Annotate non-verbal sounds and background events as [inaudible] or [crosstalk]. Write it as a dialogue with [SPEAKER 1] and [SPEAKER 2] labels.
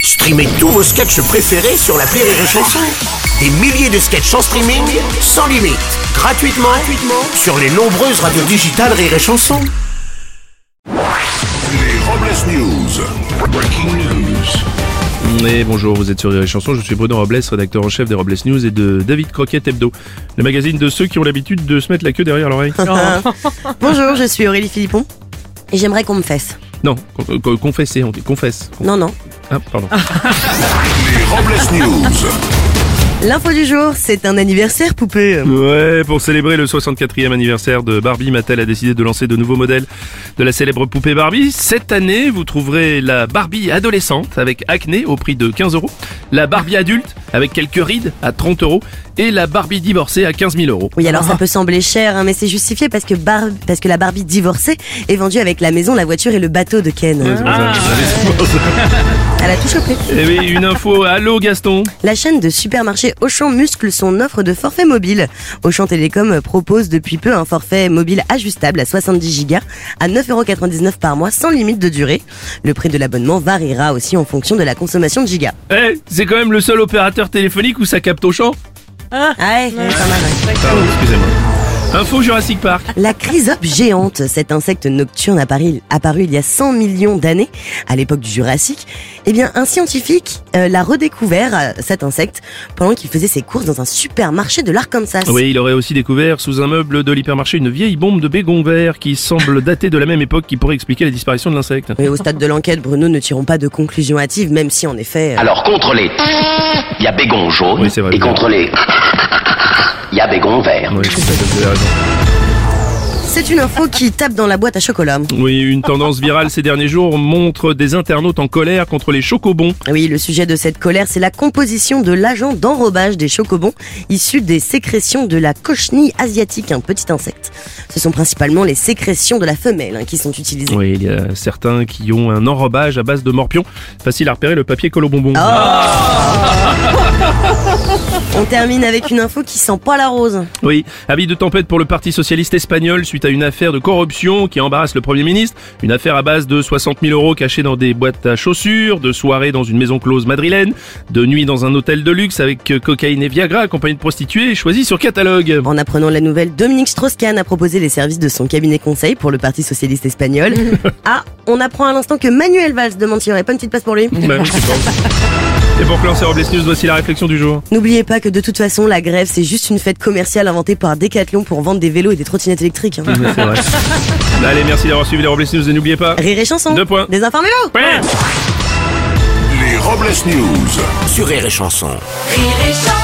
[SPEAKER 1] Streamez tous vos sketchs préférés sur la Rire et Chanson. Des milliers de sketchs en streaming, sans limite, gratuitement, gratuitement sur les nombreuses radios digitales Rire et Chanson.
[SPEAKER 2] Les Robles News. Breaking news.
[SPEAKER 3] Et bonjour, vous êtes sur les chansons, je suis Bruno Robles, rédacteur en chef des Robles News et de David Croquette Hebdo, le magazine de ceux qui ont l'habitude de se mettre la queue derrière l'oreille.
[SPEAKER 4] Oh. [laughs] Bonjour, je suis Aurélie Philippon et j'aimerais qu'on me fesse.
[SPEAKER 3] Non, con- con- confessez, on dit confesse.
[SPEAKER 4] Non, non.
[SPEAKER 3] Ah, pardon.
[SPEAKER 2] Les Robles News.
[SPEAKER 4] L'info du jour, c'est un anniversaire poupée.
[SPEAKER 3] Ouais, pour célébrer le 64e anniversaire de Barbie, Mattel a décidé de lancer de nouveaux modèles de la célèbre poupée Barbie. Cette année, vous trouverez la Barbie adolescente avec acné au prix de 15 euros, la Barbie adulte avec quelques rides à 30 euros et la Barbie divorcée à 15 000 euros.
[SPEAKER 4] Oui, alors ça peut sembler cher, hein, mais c'est justifié parce que, Bar- parce que la Barbie divorcée est vendue avec la maison, la voiture et le bateau de
[SPEAKER 3] Ouais, c'est
[SPEAKER 4] Ken.
[SPEAKER 3] pour ça, vous avez souvent ça.
[SPEAKER 4] Elle a tout chopé.
[SPEAKER 3] Eh oui, une info. Allô, Gaston
[SPEAKER 4] La chaîne de supermarchés Auchan muscle son offre de forfait mobile. Auchan Télécom propose depuis peu un forfait mobile ajustable à 70 gigas à 9,99€ par mois sans limite de durée. Le prix de l'abonnement variera aussi en fonction de la consommation de gigas.
[SPEAKER 3] Eh, c'est quand même le seul opérateur téléphonique où ça capte au champ.
[SPEAKER 4] Ah ouais, pas mal, ouais. Ah,
[SPEAKER 3] Pardon, Ah excusez-moi. Info Jurassic Park.
[SPEAKER 4] La chrysope géante, cet insecte nocturne apparu, apparu il y a 100 millions d'années, à l'époque du Jurassique, eh bien un scientifique euh, l'a redécouvert, euh, cet insecte, pendant qu'il faisait ses courses dans un supermarché de l'Arkansas.
[SPEAKER 3] Oui, il aurait aussi découvert sous un meuble de l'hypermarché une vieille bombe de bégon vert qui semble dater de la même époque qui pourrait expliquer la disparition de l'insecte.
[SPEAKER 4] Mais au stade de l'enquête, Bruno, ne tirons pas de conclusions hâtives, même si en effet... euh,
[SPEAKER 5] Alors contre les... Il y a bégon jaune.
[SPEAKER 3] Oui, c'est vrai,
[SPEAKER 5] et
[SPEAKER 3] je
[SPEAKER 5] contre les... [laughs] Il y a bégon vert.
[SPEAKER 3] Oui, je sais pas, vous avez raison.
[SPEAKER 4] C'est une info qui tape dans la boîte à chocolat.
[SPEAKER 3] Oui, une tendance virale ces derniers jours montre des internautes en colère contre les chocobons.
[SPEAKER 4] Oui, le sujet de cette colère, c'est la composition de l'agent d'enrobage des chocobons, issu des sécrétions de la cochenille asiatique, un petit insecte. Ce sont principalement les sécrétions de la femelle hein, qui sont utilisées.
[SPEAKER 3] Oui, il y a certains qui ont un enrobage à base de morpion. Facile à repérer le papier colle au bonbon.
[SPEAKER 4] On termine avec une info qui sent pas la rose.
[SPEAKER 3] Oui, avis de tempête pour le Parti Socialiste Espagnol suite à une affaire de corruption qui embarrasse le Premier ministre. Une affaire à base de 60 000 euros cachés dans des boîtes à chaussures, de soirées dans une maison close madrilène, de nuit dans un hôtel de luxe avec euh, cocaïne et Viagra accompagné de prostituées choisies sur
[SPEAKER 4] [laughs]
[SPEAKER 3] catalogue.
[SPEAKER 4] En apprenant la nouvelle, Dominique Strauss-Kahn a proposé les services de son cabinet conseil pour le Parti
[SPEAKER 3] [laughs]
[SPEAKER 4] Socialiste Espagnol. ah, on apprend à l'instant que Manuel Valls demande s'il n'y aurait pas une petite place pour lui.
[SPEAKER 3] Bah, je sais pas. Et pour clore ces Robles News, voici la réflexion du jour.
[SPEAKER 4] N'oubliez pas que de toute façon, la grève, c'est juste une fête commerciale inventée par Decathlon pour vendre des vélos et des trottinettes électriques. hein.
[SPEAKER 3] Mm. [laughs] Allez, merci d'avoir suivi les Robles News et n'oubliez pas...
[SPEAKER 4] Rire et chanson.
[SPEAKER 3] Deux points.
[SPEAKER 4] Désinformez-vous.
[SPEAKER 2] Les Robles News.
[SPEAKER 1] Sur Rire et Chanson.
[SPEAKER 6] Rire et chanson.